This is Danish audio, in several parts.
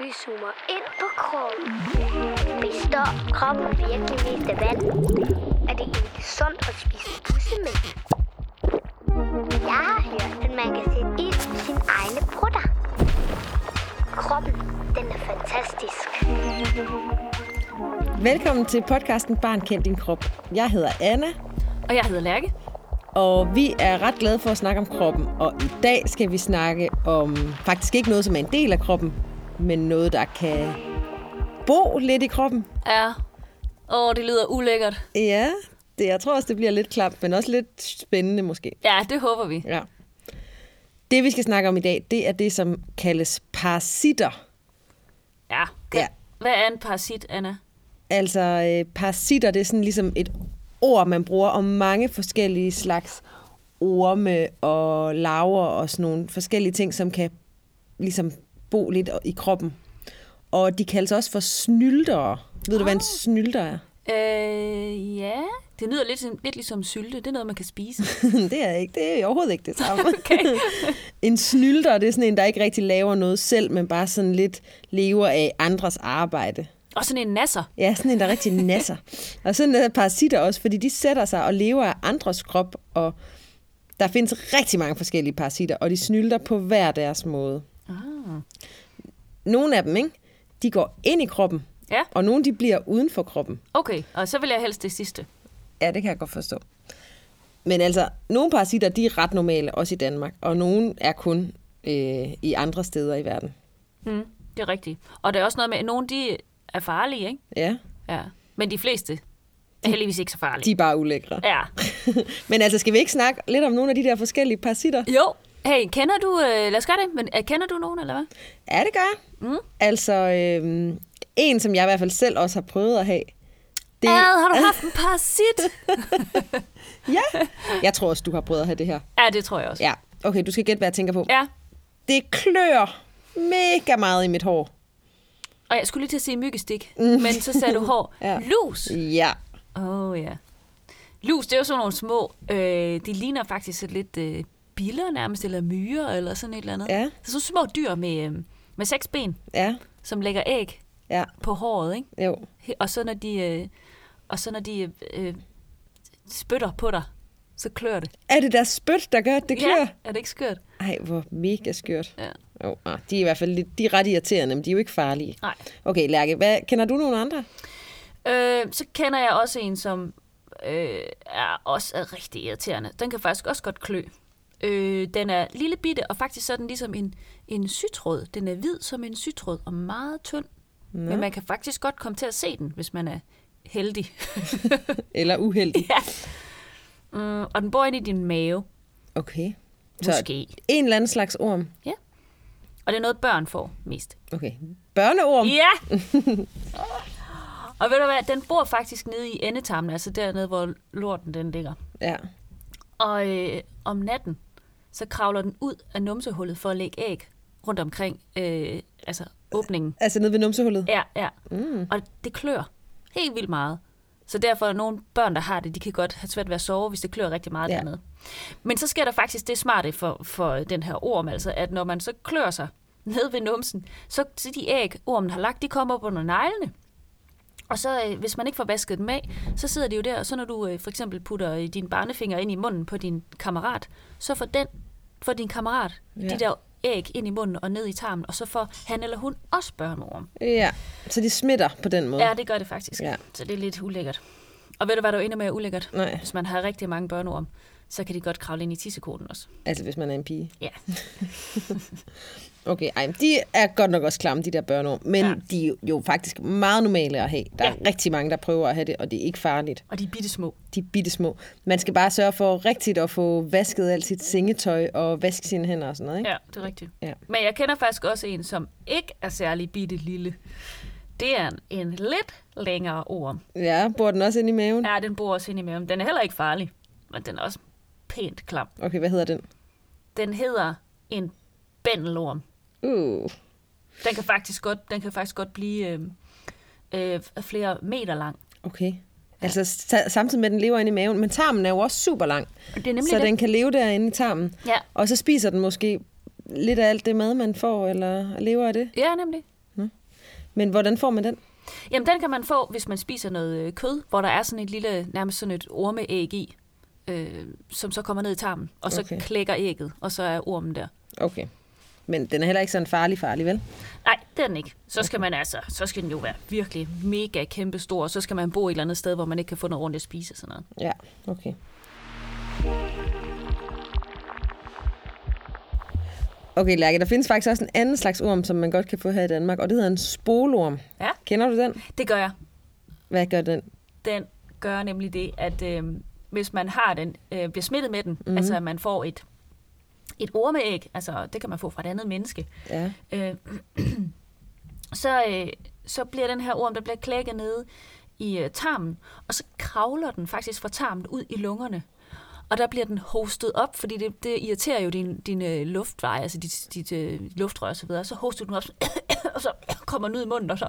Vi zoomer ind på kroppen. Består kroppen virkelig mest af vand? Er det egentlig sundt at spise bussemænd? Jeg har hørt, at man kan sætte ild i sin egne brutter. Kroppen, den er fantastisk. Velkommen til podcasten Barn kend din krop. Jeg hedder Anna, Og jeg hedder Lærke. og vi er ret glade for at snakke om kroppen. Og i dag skal vi snakke om faktisk ikke noget, som er en del af kroppen, men noget, der kan bo lidt i kroppen. Ja. Åh, det lyder ulækkert. Ja, det, jeg tror også, det bliver lidt klamt, men også lidt spændende måske. Ja, det håber vi. Ja. Det, vi skal snakke om i dag, det er det, som kaldes parasitter. Ja. Ja. Hvad er en parasit, Anna? Altså, øh, parasitter, det er sådan ligesom et ord, man bruger om mange forskellige slags orme og larver og sådan nogle forskellige ting, som kan ligesom bo lidt i kroppen. Og de kaldes også for snyltere. Ved du, hvad en snylder er? Øh, ja. Det lyder lidt, som- lidt ligesom sylte. Det er noget, man kan spise. det er ikke. Det er overhovedet ikke det samme. okay. en snylder, det er sådan en, der ikke rigtig laver noget selv, men bare sådan lidt lever af andres arbejde. Og sådan en nasser. Ja, sådan en, der rigtig nasser. og sådan er parasitter også, fordi de sætter sig og lever af andres krop, og der findes rigtig mange forskellige parasitter, og de snylder på hver deres måde. Ah. Nogle af dem, ikke? De går ind i kroppen, Ja, og nogle de bliver uden for kroppen. okay. Og så vil jeg helst det sidste. Ja, det kan jeg godt forstå. Men altså, nogle parasitter, de er ret normale, også i Danmark, og nogle er kun øh, i andre steder i verden. Mm, det er rigtigt. Og der er også noget med, at nogle de er farlige, ikke? Ja, Ja. Men de fleste er heldigvis ikke så farlige. de er bare ulækre. Ja. Men altså, skal vi ikke snakke lidt om nogle af de der forskellige parasitter? Jo. Hey, kender du... Øh, lad os gøre det. Men øh, kender du nogen, eller hvad? Ja, det gør jeg. Mm. Altså, øhm, en, som jeg i hvert fald selv også har prøvet at have. Det, Ad, har du haft en parasit? ja. Jeg tror også, du har prøvet at have det her. ja, det tror jeg også. Ja, okay, du skal gætte, hvad jeg tænker på. Ja. ja. Det klør mega meget i mit hår. Og jeg skulle lige til at sige myggestik, men så sagde du hår. Mm. Ja. ja. Lus! Ja, Åh oh, ja. Lus, det er jo sådan nogle små, øh, de ligner faktisk sådan lidt øh, biller nærmest, eller myrer, eller sådan et eller andet. Ja. Så sådan små dyr med, øh, med seks ben, ja, som lægger æg ja, på håret, ikke? jo. He- Og så når de, øh, og så når de øh, spytter på dig, så klør det. Er det der spyt, der gør, at det klør? Ja, Ja. er det ikke skørt? Ej, hvor mega skørt. Ja. Jo, ah, de er i hvert fald lidt, de er ret irriterende, men de er jo ikke farlige. Nej. Okay, Lærke, hvad, kender du nogle andre? Øh, så kender jeg også en, som øh, er også er rigtig irriterende. Den kan faktisk også godt klø. Øh, den er lille bitte, og faktisk så er den ligesom en, en sytråd. Den er hvid som en sytråd, og meget tynd. Nå. Men man kan faktisk godt komme til at se den, hvis man er heldig. Eller uheldige? ja. Mm, og den bor inde i din mave, Okay. Så måske. en eller anden slags orm. Ja. Og det er noget, børn får mest. Okay. Børneorm? Ja! og ved du hvad, den bor faktisk nede i endetarmen, altså dernede, hvor lorten den ligger. Ja. Og øh, om natten, så kravler den ud af numsehullet for at lægge æg rundt omkring øh, altså åbningen. Altså nede ved numsehullet? Ja, ja. Mm. Og det klør helt vildt meget. Så derfor er nogle børn, der har det, de kan godt have svært ved at sove, hvis det klør rigtig meget Ja. ja. dernede. Men så sker der faktisk det smarte for, for den her orm, altså, at når man så klør sig ned ved numsen, så så de æg, ormen har lagt, de kommer op under neglene. Og så, øh, hvis man ikke får vasket dem af, så sidder de jo der, og så når du øh, for eksempel putter øh, dine barnefinger ind i munden på din kammerat, så får, den, får din kammerat Ja. ja. de der æg ind i munden og ned i tarmen, og så får han eller hun også børneorm. Ja, så de smitter på den måde. Ja, det gør det faktisk. Ja. Ja. Så det er lidt ulækkert. Og ved du, hvad der er endnu mere ulækkert? Nej. Hvis man har rigtig mange børneorm, så kan de godt kravle ind i tissekoden også. Altså, hvis man er en pige. Ja. Okay, ej, men de er godt nok også klamme, de der børneorm. Men ja. Ja. de er jo faktisk meget normale at have. Der er Ja. rigtig mange, der prøver at have det, og det er ikke farligt. Og de er bitte små. De er bitte små. Man skal bare sørge for rigtigt at få vasket alt sit sengetøj og vaske sine hænder og sådan noget, ikke? Ja, det er rigtigt. Ja. Men jeg kender faktisk også en, som ikke er særlig bitte lille. Det er en, en lidt længere orm. Ja, ja bor den også inde i maven? Ja, den bor også inde i maven. Den er heller ikke farlig, men den er også pænt klam. Okay, hvad hedder den? Den hedder en bændelorm. Uh, Den kan faktisk godt, den kan faktisk godt blive øh, øh, flere meter lang. okay. Altså, sa- samtidig med, at den lever inde i maven. Men tarmen er jo også super lang, Og det er nemlig så det. den kan leve derinde i tarmen. Ja. Og så spiser den måske lidt af alt det mad, man får, eller lever af det. Ja, nemlig. Nå. Men hvordan får man den? Jamen, den kan man få, hvis man spiser noget øh, kød, hvor der er sådan et lille, nærmest sådan et ormeæg i, øh, som så kommer ned i tarmen, og så Okay. okay. klækker ægget, og så er ormen der. Okay. Men den er heller ikke sådan farlig, farlig, vel? Nej, det er den ikke. Så skal man altså, så skal den jo være virkelig mega kæmpe stor, og så skal man bo et eller andet sted, hvor man ikke kan få noget ordentligt at spise og sådan noget. Ja, okay. Okay, Lærke, der findes faktisk også en anden slags orm, som man godt kan få her i Danmark, og det hedder en spolorm. Ja, Kender du den? det gør jeg. Hvad gør den? Den gør nemlig det, at øh, hvis man har den, øh, bliver smittet med den, mm-hmm. altså at man får et, et ormeæg, altså det kan man få fra et andet menneske, Ja. øh, så, øh, så bliver den her orm, der bliver klækket nede i øh, tarmen, og så kravler den faktisk fra tarmen ud i lungerne. Og der bliver den hostet op, fordi det, det irriterer jo din, din øh, luftveje, altså dit, dit øh, luftrør og så videre. Så hoster du den op, så og så kommer den ud i munden, og så,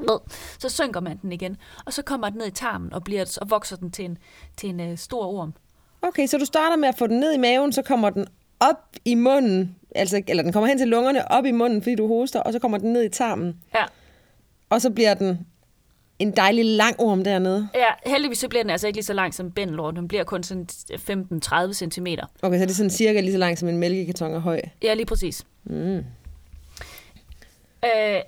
ned. så synker man den igen. Og så kommer den ned i tarmen og, bliver, og vokser den til en, til en øh, stor orm. Okay, så du starter med at få den ned i maven, så kommer den op i munden, altså, eller den kommer hen til lungerne, op i munden, fordi du hoster, og så kommer den ned i tarmen, Ja. og så bliver den en dejlig lang orm dernede. Ja, heldigvis så bliver den altså ikke lige så lang som bændelort. Den bliver kun sådan øh, 15-30 cm. Okay, så det er sådan cirka lige så lang som en mælkekarton er høj. Ja, lige præcis. Mm. Øh,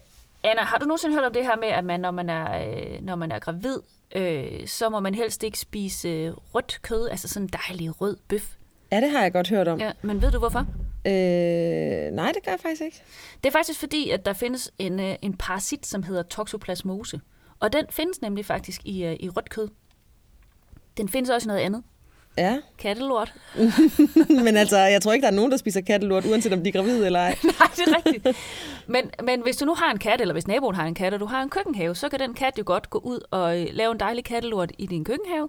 Anna, har du nogensinde hørt om det her med, at man, når man er, øh, når man er gravid, øh, så må man helst ikke spise øh, rødt kød, altså sådan en dejlig rød bøf? Ja, det har jeg godt hørt om. Ja. Ja, men ved du hvorfor? Øh, nej, det gør jeg faktisk ikke. Det er faktisk fordi, at der findes en, øh, en parasit, som hedder toxoplasmose. Og den findes nemlig faktisk i, øh, i rødt kød. Den findes også i noget andet. Ja, Kattelort. men altså, jeg tror ikke, der er nogen, der spiser kattelort, uanset om de er gravide eller ej. Nej, det er rigtigt. Men, men hvis du nu har en kat, eller hvis naboen har en kat, og du har en køkkenhave, så kan den kat jo godt gå ud og øh, lave en dejlig kattelort i din køkkenhave,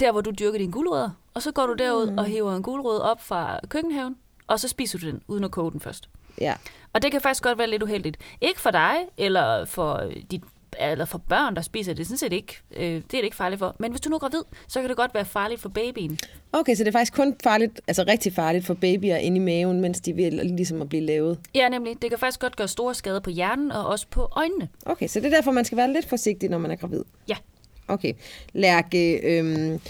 der hvor du dyrker dine gulerødder. Og så går du derud og hiver en gulerod op fra køkkenhaven, og så spiser du den, uden at koge den først. Ja, Og det kan faktisk godt være lidt uheldigt. Ikke for dig, eller for, øh, dit, eller for børn, der spiser det. Det er sådan set ikke, øh, det er det ikke farligt for. Men hvis du nu er gravid, så kan det godt være farligt for babyen. Okay, så det er faktisk kun farligt, altså rigtig farligt for babyer inde i maven, mens de vil ligesom at blive lavet. Ja, nemlig. Det kan faktisk godt gøre store skader på hjernen og også på øjnene. Okay, så det er derfor, man skal være lidt forsigtig, når man er gravid. Ja, Okay, Lærke, øhm,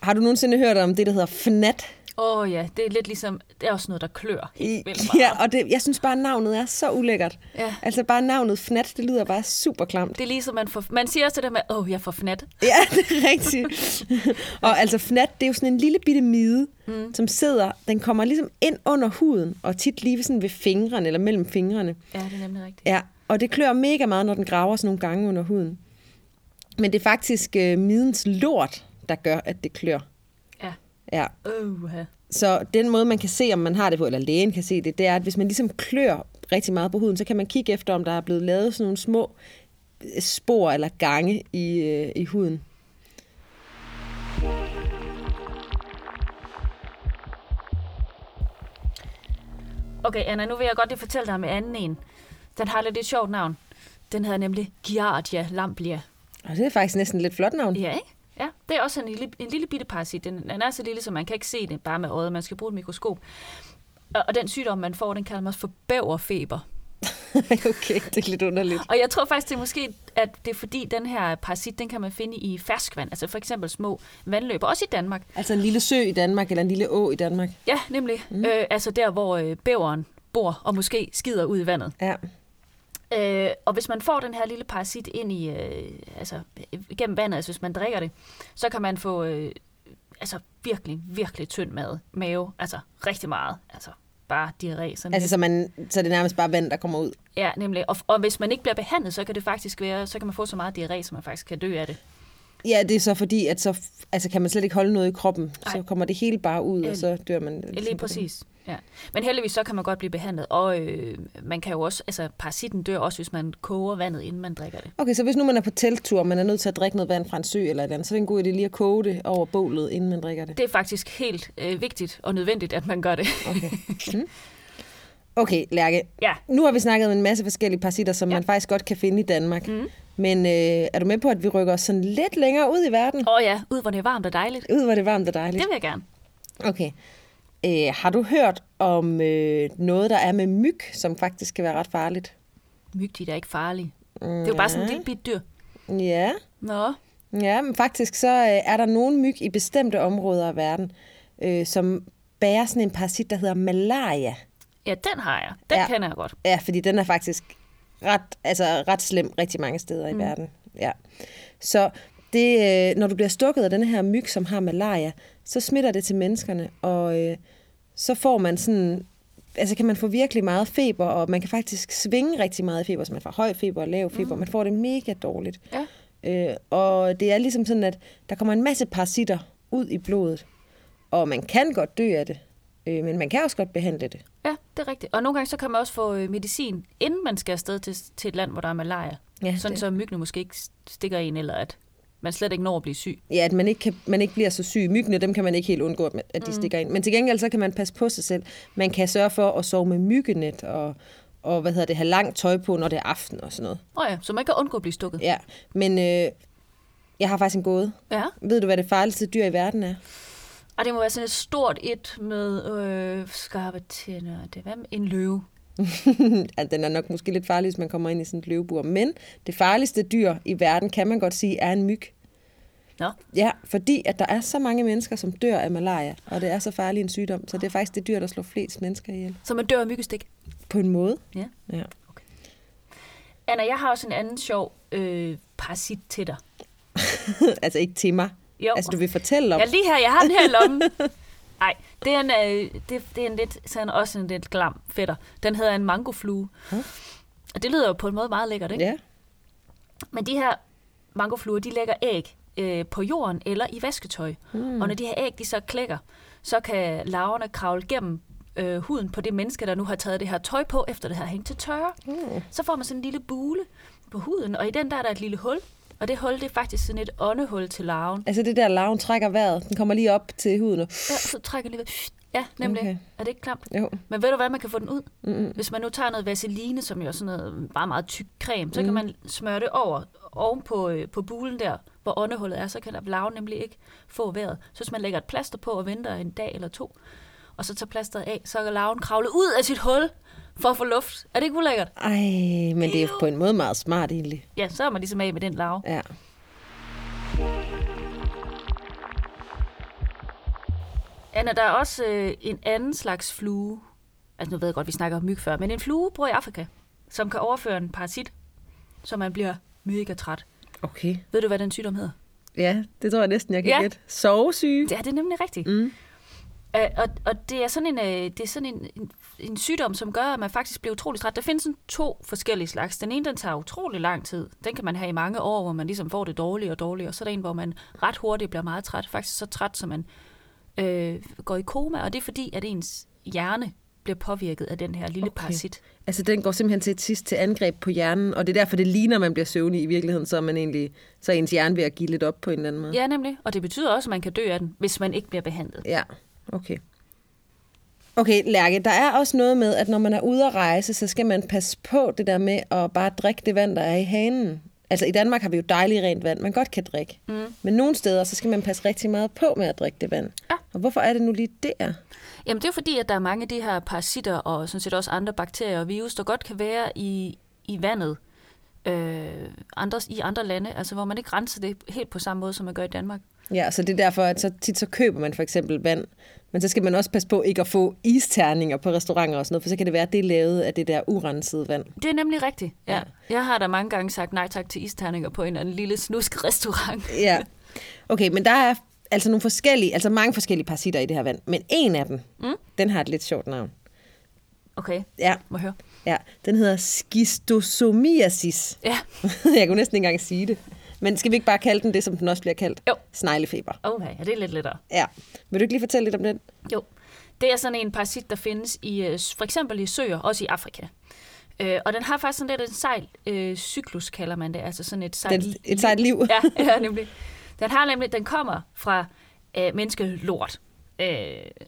har du nogensinde hørt om det, der hedder FNAT? Åh oh, ja, det er lidt ligesom, det er også noget, der klør helt vildt meget. Ja, og det, jeg synes bare, navnet er så ulækkert. Ja. Altså bare navnet FNAT, det lyder bare super klamt. Det er ligesom, man, får, man siger også det der med, åh, oh, jeg får fnat. Ja, det er rigtigt. og altså fnat, det er jo sådan en lille bitte mide, mm. som sidder, den kommer ligesom ind under huden, og tit lige ved sådan ved fingrene, eller mellem fingrene. Ja, det er nemlig rigtigt. Ja, og det klør mega meget, når den graver sådan nogle gange under huden. Men det er faktisk øh, midens lort, der gør, at det klør. Ja. Ja. Uh, ja. Så den måde, man kan se, om man har det på, eller lægen kan se det, det er, at hvis man ligesom klør rigtig meget på huden, så kan man kigge efter, om der er blevet lavet sådan nogle små øh, spor eller gange i, øh, i huden. Okay, Anna, nu vil jeg godt lige fortælle dig om en anden en. Den har lidt et sjovt navn. Den hedder nemlig Giardia lamblia. Og det er faktisk næsten lidt flot navn. Ja, ikke? Ja, det er også en lille, en lille bitte parasit. Den, den er så lille, så man kan ikke se det bare med øjet. Man skal bruge et mikroskop. Og, og den sygdom, man får, den kalder man også for bæverfeber. okay, det er lidt underligt. Og jeg tror faktisk, det er måske, at det er fordi, den her parasit, den kan man finde i ferskvand. Altså for eksempel små vandløb, også i Danmark. Altså en lille sø i Danmark, eller en lille å i Danmark. Ja, nemlig. Mm. Øh, altså der, hvor øh, bæveren bor og måske skider ud i vandet. Ja, Øh, og hvis man får den her lille parasit ind i, øh, altså øh, gennem vandet, altså hvis man drikker det, så kan man få øh, altså virkelig, virkelig tynd mad, mave, altså rigtig meget, altså bare diarré. Sådan altså så, man, så er det nærmest bare vand, der kommer ud. lidt. Ja, nemlig. Og, og hvis man ikke bliver behandlet, så kan det faktisk være, så kan man få så meget diarré, som man faktisk kan dø af det. Ja, det er så fordi, at så f- altså, kan man slet ikke holde noget i kroppen. Ej. Så kommer det hele bare ud, og så dør man. Ja, lige præcis. Ja. Men heldigvis så kan man godt blive behandlet, og øh, man kan jo også, altså parasitten dør også, hvis man koger vandet, inden man drikker det. Okay, så hvis nu man er på telttur, og man er nødt til at drikke noget vand fra en sø eller et andet, så er det en god idé lige at koge det over bålet, inden man drikker det. Det er faktisk helt øh, vigtigt og nødvendigt, at man gør det. Okay, mm. okay Lærke. ja, Nu har vi snakket om en masse forskellige parasitter, som ja. man faktisk godt kan finde i Danmark. Mm. Men øh, er du med på, at vi rykker os sådan lidt længere ud i verden? Åh oh ja, ud hvor det er varmt og dejligt. Ud, hvor det er varmt og dejligt. Det vil jeg gerne. Okay. Øh, har du hørt om øh, noget, der er med myg, som faktisk kan være ret farligt? Myg, de er da ikke farlige. Mm. Det er jo bare sådan et lille bit dyr. Ja. Nå, Ja, men faktisk så øh, er der nogle myg i bestemte områder af verden, øh, som bærer sådan en parasit, der hedder malaria. ja, den har jeg. Den Ja. ja. kender jeg godt. Ja, fordi den er faktisk ret, altså ret slem rigtig mange steder mm. i verden. Ja. Så det, øh, når du bliver stukket af den her myg, som har malaria, så smitter det til menneskerne, og øh, så får man sådan, altså kan man få virkelig meget feber, og man kan faktisk svinge rigtig meget i feber, så man får høj feber og lav feber, mm. man får det mega dårligt. Ja. Øh, og det er ligesom sådan, at der kommer en masse parasitter ud i blodet, og man kan godt dø af det, øh, men man kan også godt behandle det. Ja, det er rigtigt. Og nogle gange så kan man også få øh, medicin, inden man skal afsted til, til et land, hvor der er malaria. Ja, Sådan det- så myggene måske ikke stikker en, eller at man slet ikke når at blive syg. Ja, at man ikke, kan, man ikke bliver så syg. Myggene, dem kan man ikke helt undgå, at man- at de mm. stikker ind. Men til gengæld, så kan man passe på sig selv. Man kan sørge for at sove med myggenet, og, og hvad hedder det, have langt tøj på, når det er aften og sådan noget. Åh ja, så man kan undgå at blive stukket. Ja, men øh, jeg har faktisk en gåde. Ja. Ved du, hvad det farligste dyr i verden er? Og det må være sådan et stort et med øh, skarpe tænder. Det er hvad med en løve. Ja, Den er nok måske lidt farlig, hvis man kommer ind i sådan et løvebur. Men det farligste dyr i verden, kan man godt sige, er en myg. Nå, Ja, fordi at der er så mange mennesker, som dør af malaria, og det er så farlig en sygdom, så det er faktisk det dyr, der slår flest mennesker ihjel. så man dør af myggestik. På en måde. Ja. Ja. Anna, jeg har også en anden sjov øh, parasit til dig. altså ikke til mig. Jo. Altså du vil fortælle om... Ja, lige her. Jeg har den her i lommen. Nej, det er en, øh, det, det er en lidt, sådan også en lidt glam fætter. Den hedder en mangoflue. Og det lyder jo på en måde meget lækkert, ikke? Ja. Men de her mangofluer, de lægger æg øh, på jorden eller i vasketøj. Mm. Og når de her æg, de så klækker, så kan larverne kravle gennem øh, huden på det menneske, der nu har taget det her tøj på, efter det har hængt til tørre. Mm. Så får man sådan en lille bule på huden, og i den der er der et lille hul. Og det hul, det er faktisk sådan et åndehul til larven. Altså det der larven trækker vejret. Den kommer lige op til huden. Og... Ja, så trækker den lige ved. Ja, nemlig. Okay. Okay. Er det ikke klamt? Jo. Men ved du hvad, man kan få den ud? Mm-hmm. Hvis man nu tager noget vaseline, som jo er sådan noget bare meget tyk creme, så mm. kan man smøre det over, oven på, øh, på bulen der, hvor åndehullet er, så kan der larven nemlig ikke få vejret. Så hvis man lægger et plaster på og venter en dag eller to, og så tager plasteret af, så kan larven kravle ud af sit hul for at få luft. Er det ikke ulækkert? Ej, men det er jo på en måde meget smart egentlig. Ja, så er man ligesom af med den larve. Ja. Anna, der er også øh, en anden slags flue. Altså nu ved jeg godt, vi snakker om myg før, men en flue bor i Afrika, som kan overføre en parasit, så man bliver mega træt. Okay. Ved du, hvad den sygdom hedder? Ja, det tror jeg næsten, jeg kan Ja. gætte. Sovesyge. Ja, det er nemlig rigtigt. Mm. Øh, og, og det er sådan, en, øh, det er sådan en, en, en sygdom, som gør, at man faktisk bliver utrolig træt. Der findes sådan to forskellige slags. Den ene, den tager utrolig lang tid. Den kan man have i mange år, hvor man ligesom får det dårligere og dårligere. Og så er der en, hvor man ret hurtigt bliver meget træt. Faktisk så træt, som man øh, går i koma. Og det er fordi, at ens hjerne bliver påvirket af den her lille okay. parasit. Altså den går simpelthen til sidst til angreb på hjernen, og det er derfor, det ligner, at man bliver søvnig i virkeligheden, så er, man egentlig, så er ens hjerne ved at give lidt op på en eller anden måde. Ja, nemlig. Og det betyder også, at man kan dø af den, hvis man ikke bliver behandlet. Ja, okay. Okay, Lærke, der er også noget med, at når man er ude at rejse, så skal man passe på det der med at bare drikke det vand, der er i hanen. Altså i Danmark har vi jo dejligt rent vand, man godt kan drikke. Mm. Men nogle steder, så skal man passe rigtig meget på med at drikke det vand. Ja. Og hvorfor er det nu lige der? Jamen det er jo fordi, at der er mange af de her parasitter og sådan set også andre bakterier og virus, der godt kan være i, i vandet øh, andre, i andre lande, altså hvor man ikke renser det helt på samme måde, som man gør i Danmark. Ja, så det er derfor, at så tit så køber man for eksempel vand. Men så skal man også passe på ikke at få isterninger på restauranter og sådan noget, for så kan det være, at det er lavet af det der urensede vand. Det er nemlig rigtigt, ja. ja. Jeg har da mange gange sagt nej tak til isterninger på en eller anden lille snusk restaurant. Ja. Okay, men der er altså nogle forskellige, altså mange forskellige parasitter i det her vand. Men en af dem, mm. den har et lidt sjovt navn. Okay, Ja, må jeg høre. ja. Den hedder schistosomiasis. Ja, jeg kunne næsten ikke engang sige det. Men skal vi ikke bare kalde den det, som den også bliver kaldt? Jo. Sneglefeber. okay, ja, det er lidt lettere. Ja. Vil du ikke lige fortælle lidt om den? Jo, det er sådan en parasit, der findes i øh, for eksempel i søer, også i Afrika. Øh, og den har faktisk sådan lidt en sejl øh, cyklus, kalder man det. Altså sådan et sejl Den, et sejt liv. ja, ja, nemlig. Den har nemlig, den kommer fra øh, menneskelort, øh,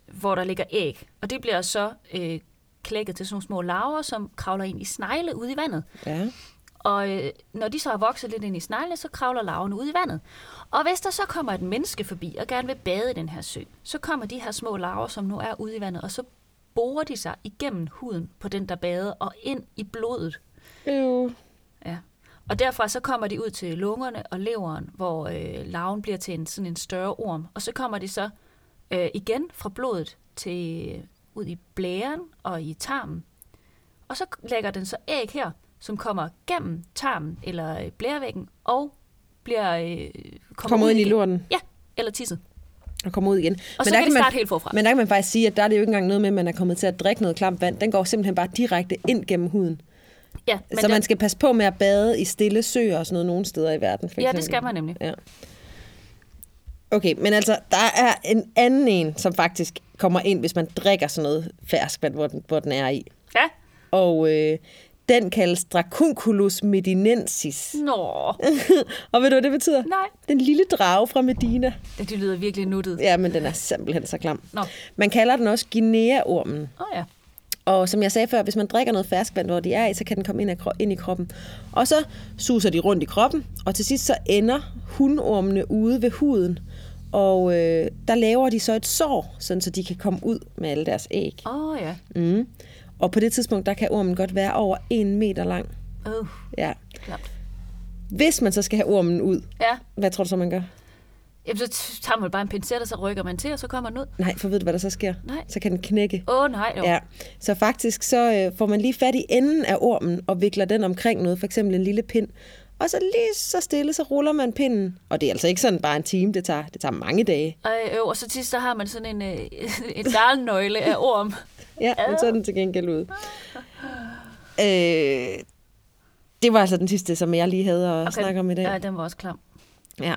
hvor der ligger æg. Og det bliver så øh, klækket til sådan nogle små larver, som kravler ind i snegle ude i vandet. ja. Og øh, når de så har vokset lidt ind i sneglene, så kravler larven ud i vandet. Og hvis der så kommer et menneske forbi og gerne vil bade i den her sø, så kommer de her små larver, som nu er ude i vandet, og så borer de sig igennem huden på den, der bader, og ind i blodet. Øh. Ja. Og derfra så kommer de ud til lungerne og leveren, hvor øh, larven bliver til en, sådan en større orm. Og så kommer de så øh, igen fra blodet til øh, ud i blæren og i tarmen. Og så lægger den så æg her, som kommer gennem tarmen eller øh, blærevæggen og bliver øh, kommer, Kommer ud ind i igen. lorten Ja, eller tisset. og kommer ud igen. Og men så der kan de man, starte helt forfra. Men... men der kan man faktisk sige, at der er det jo ikke engang noget med, at man er kommet til at drikke noget klamt vand. Den går simpelthen bare direkte ind gennem huden. Ja, men Men så der- man skal passe på med at bade i stille søer og sådan noget nogle steder i verden. For Ja, eksempel. det skal man nemlig. Ja. Okay, men altså, der er en anden en, som faktisk kommer ind, hvis man drikker sådan noget ferskvand, hvor den, hvor den er i. Ja. Og øh, den kaldes Dracunculus medinensis. Nå, og ved du, hvad det betyder? Nej. Den lille drage fra Medina. det det lyder virkelig nuttet. Ja, men den er simpelthen så klam. Nå. Man kalder den også Guinea-ormen. Åh oh, ja. Og som jeg sagde før, hvis man drikker noget ferskvand, hvor de er i, så kan den komme ind, af, kro- ind i kroppen. Og så suser de rundt i kroppen, og til sidst så ender hundormene ude ved huden. Og øh, der laver de så et sår, sådan så de kan komme ud med alle deres æg. Åh oh, ja. Mm. Og på det tidspunkt, der kan ormen godt være over en meter lang. Oh, Ja. klart. Hvis man så skal have ormen ud, Ja. hvad tror du så, man gør? Jamen, så t- tager man bare en pincet, og så rykker man til, og så kommer den ud. Nej, for ved du, hvad der så sker? Nej. Så kan den knække. Åh, oh, nej. Jo. Ja, så faktisk så øh, får man lige fat i enden af ormen og vikler den omkring noget, for eksempel en lille pind. Og så lige så stille, så ruller man pinden. Og det er altså ikke sådan bare en time, det tager, det tager mange dage. Og, øh, og så til sidst, så har man sådan en, øh, en garlnøgle af orm. Ja, men så er den til gengæld ud. Øh, det var altså den sidste, som jeg lige havde at okay. snakke om i dag. Ja, den var også klam. Ja.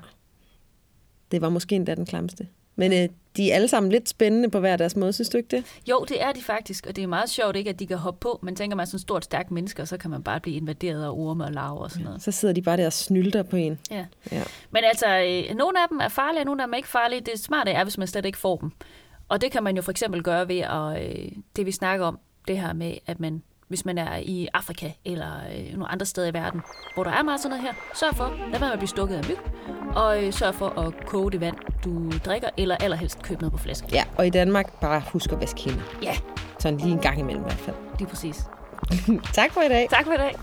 Det var måske endda den klamste. Men øh, de er alle sammen lidt spændende på hver deres måde, synes du ikke det? Jo, det er de faktisk, og det er meget sjovt ikke, at de kan hoppe på. Man tænker, man er sådan en stort, stærkt menneske, og så kan man bare blive invaderet af orme og larver og sådan noget. Så sidder de bare der og snylter på en. Ja. Ja. Men altså, øh, nogle af dem er farlige, og nogle af dem er ikke farlige. Det smarte er, hvis man slet ikke får dem. Og det kan man jo for eksempel gøre ved at, øh, det, vi snakker om, det her med, at man, hvis man er i Afrika eller øh, nogle andre steder i verden, hvor der er meget sådan noget her, sørg for, lad være med at blive stukket af myg, og øh, sørg for at koge det vand, du drikker, eller allerhelst købe noget på flaske. ja, og i Danmark bare husk at vaske hænder. Ja, Sådan lige en gang imellem i hvert fald. lige præcis. Tak for i dag. Tak for i dag.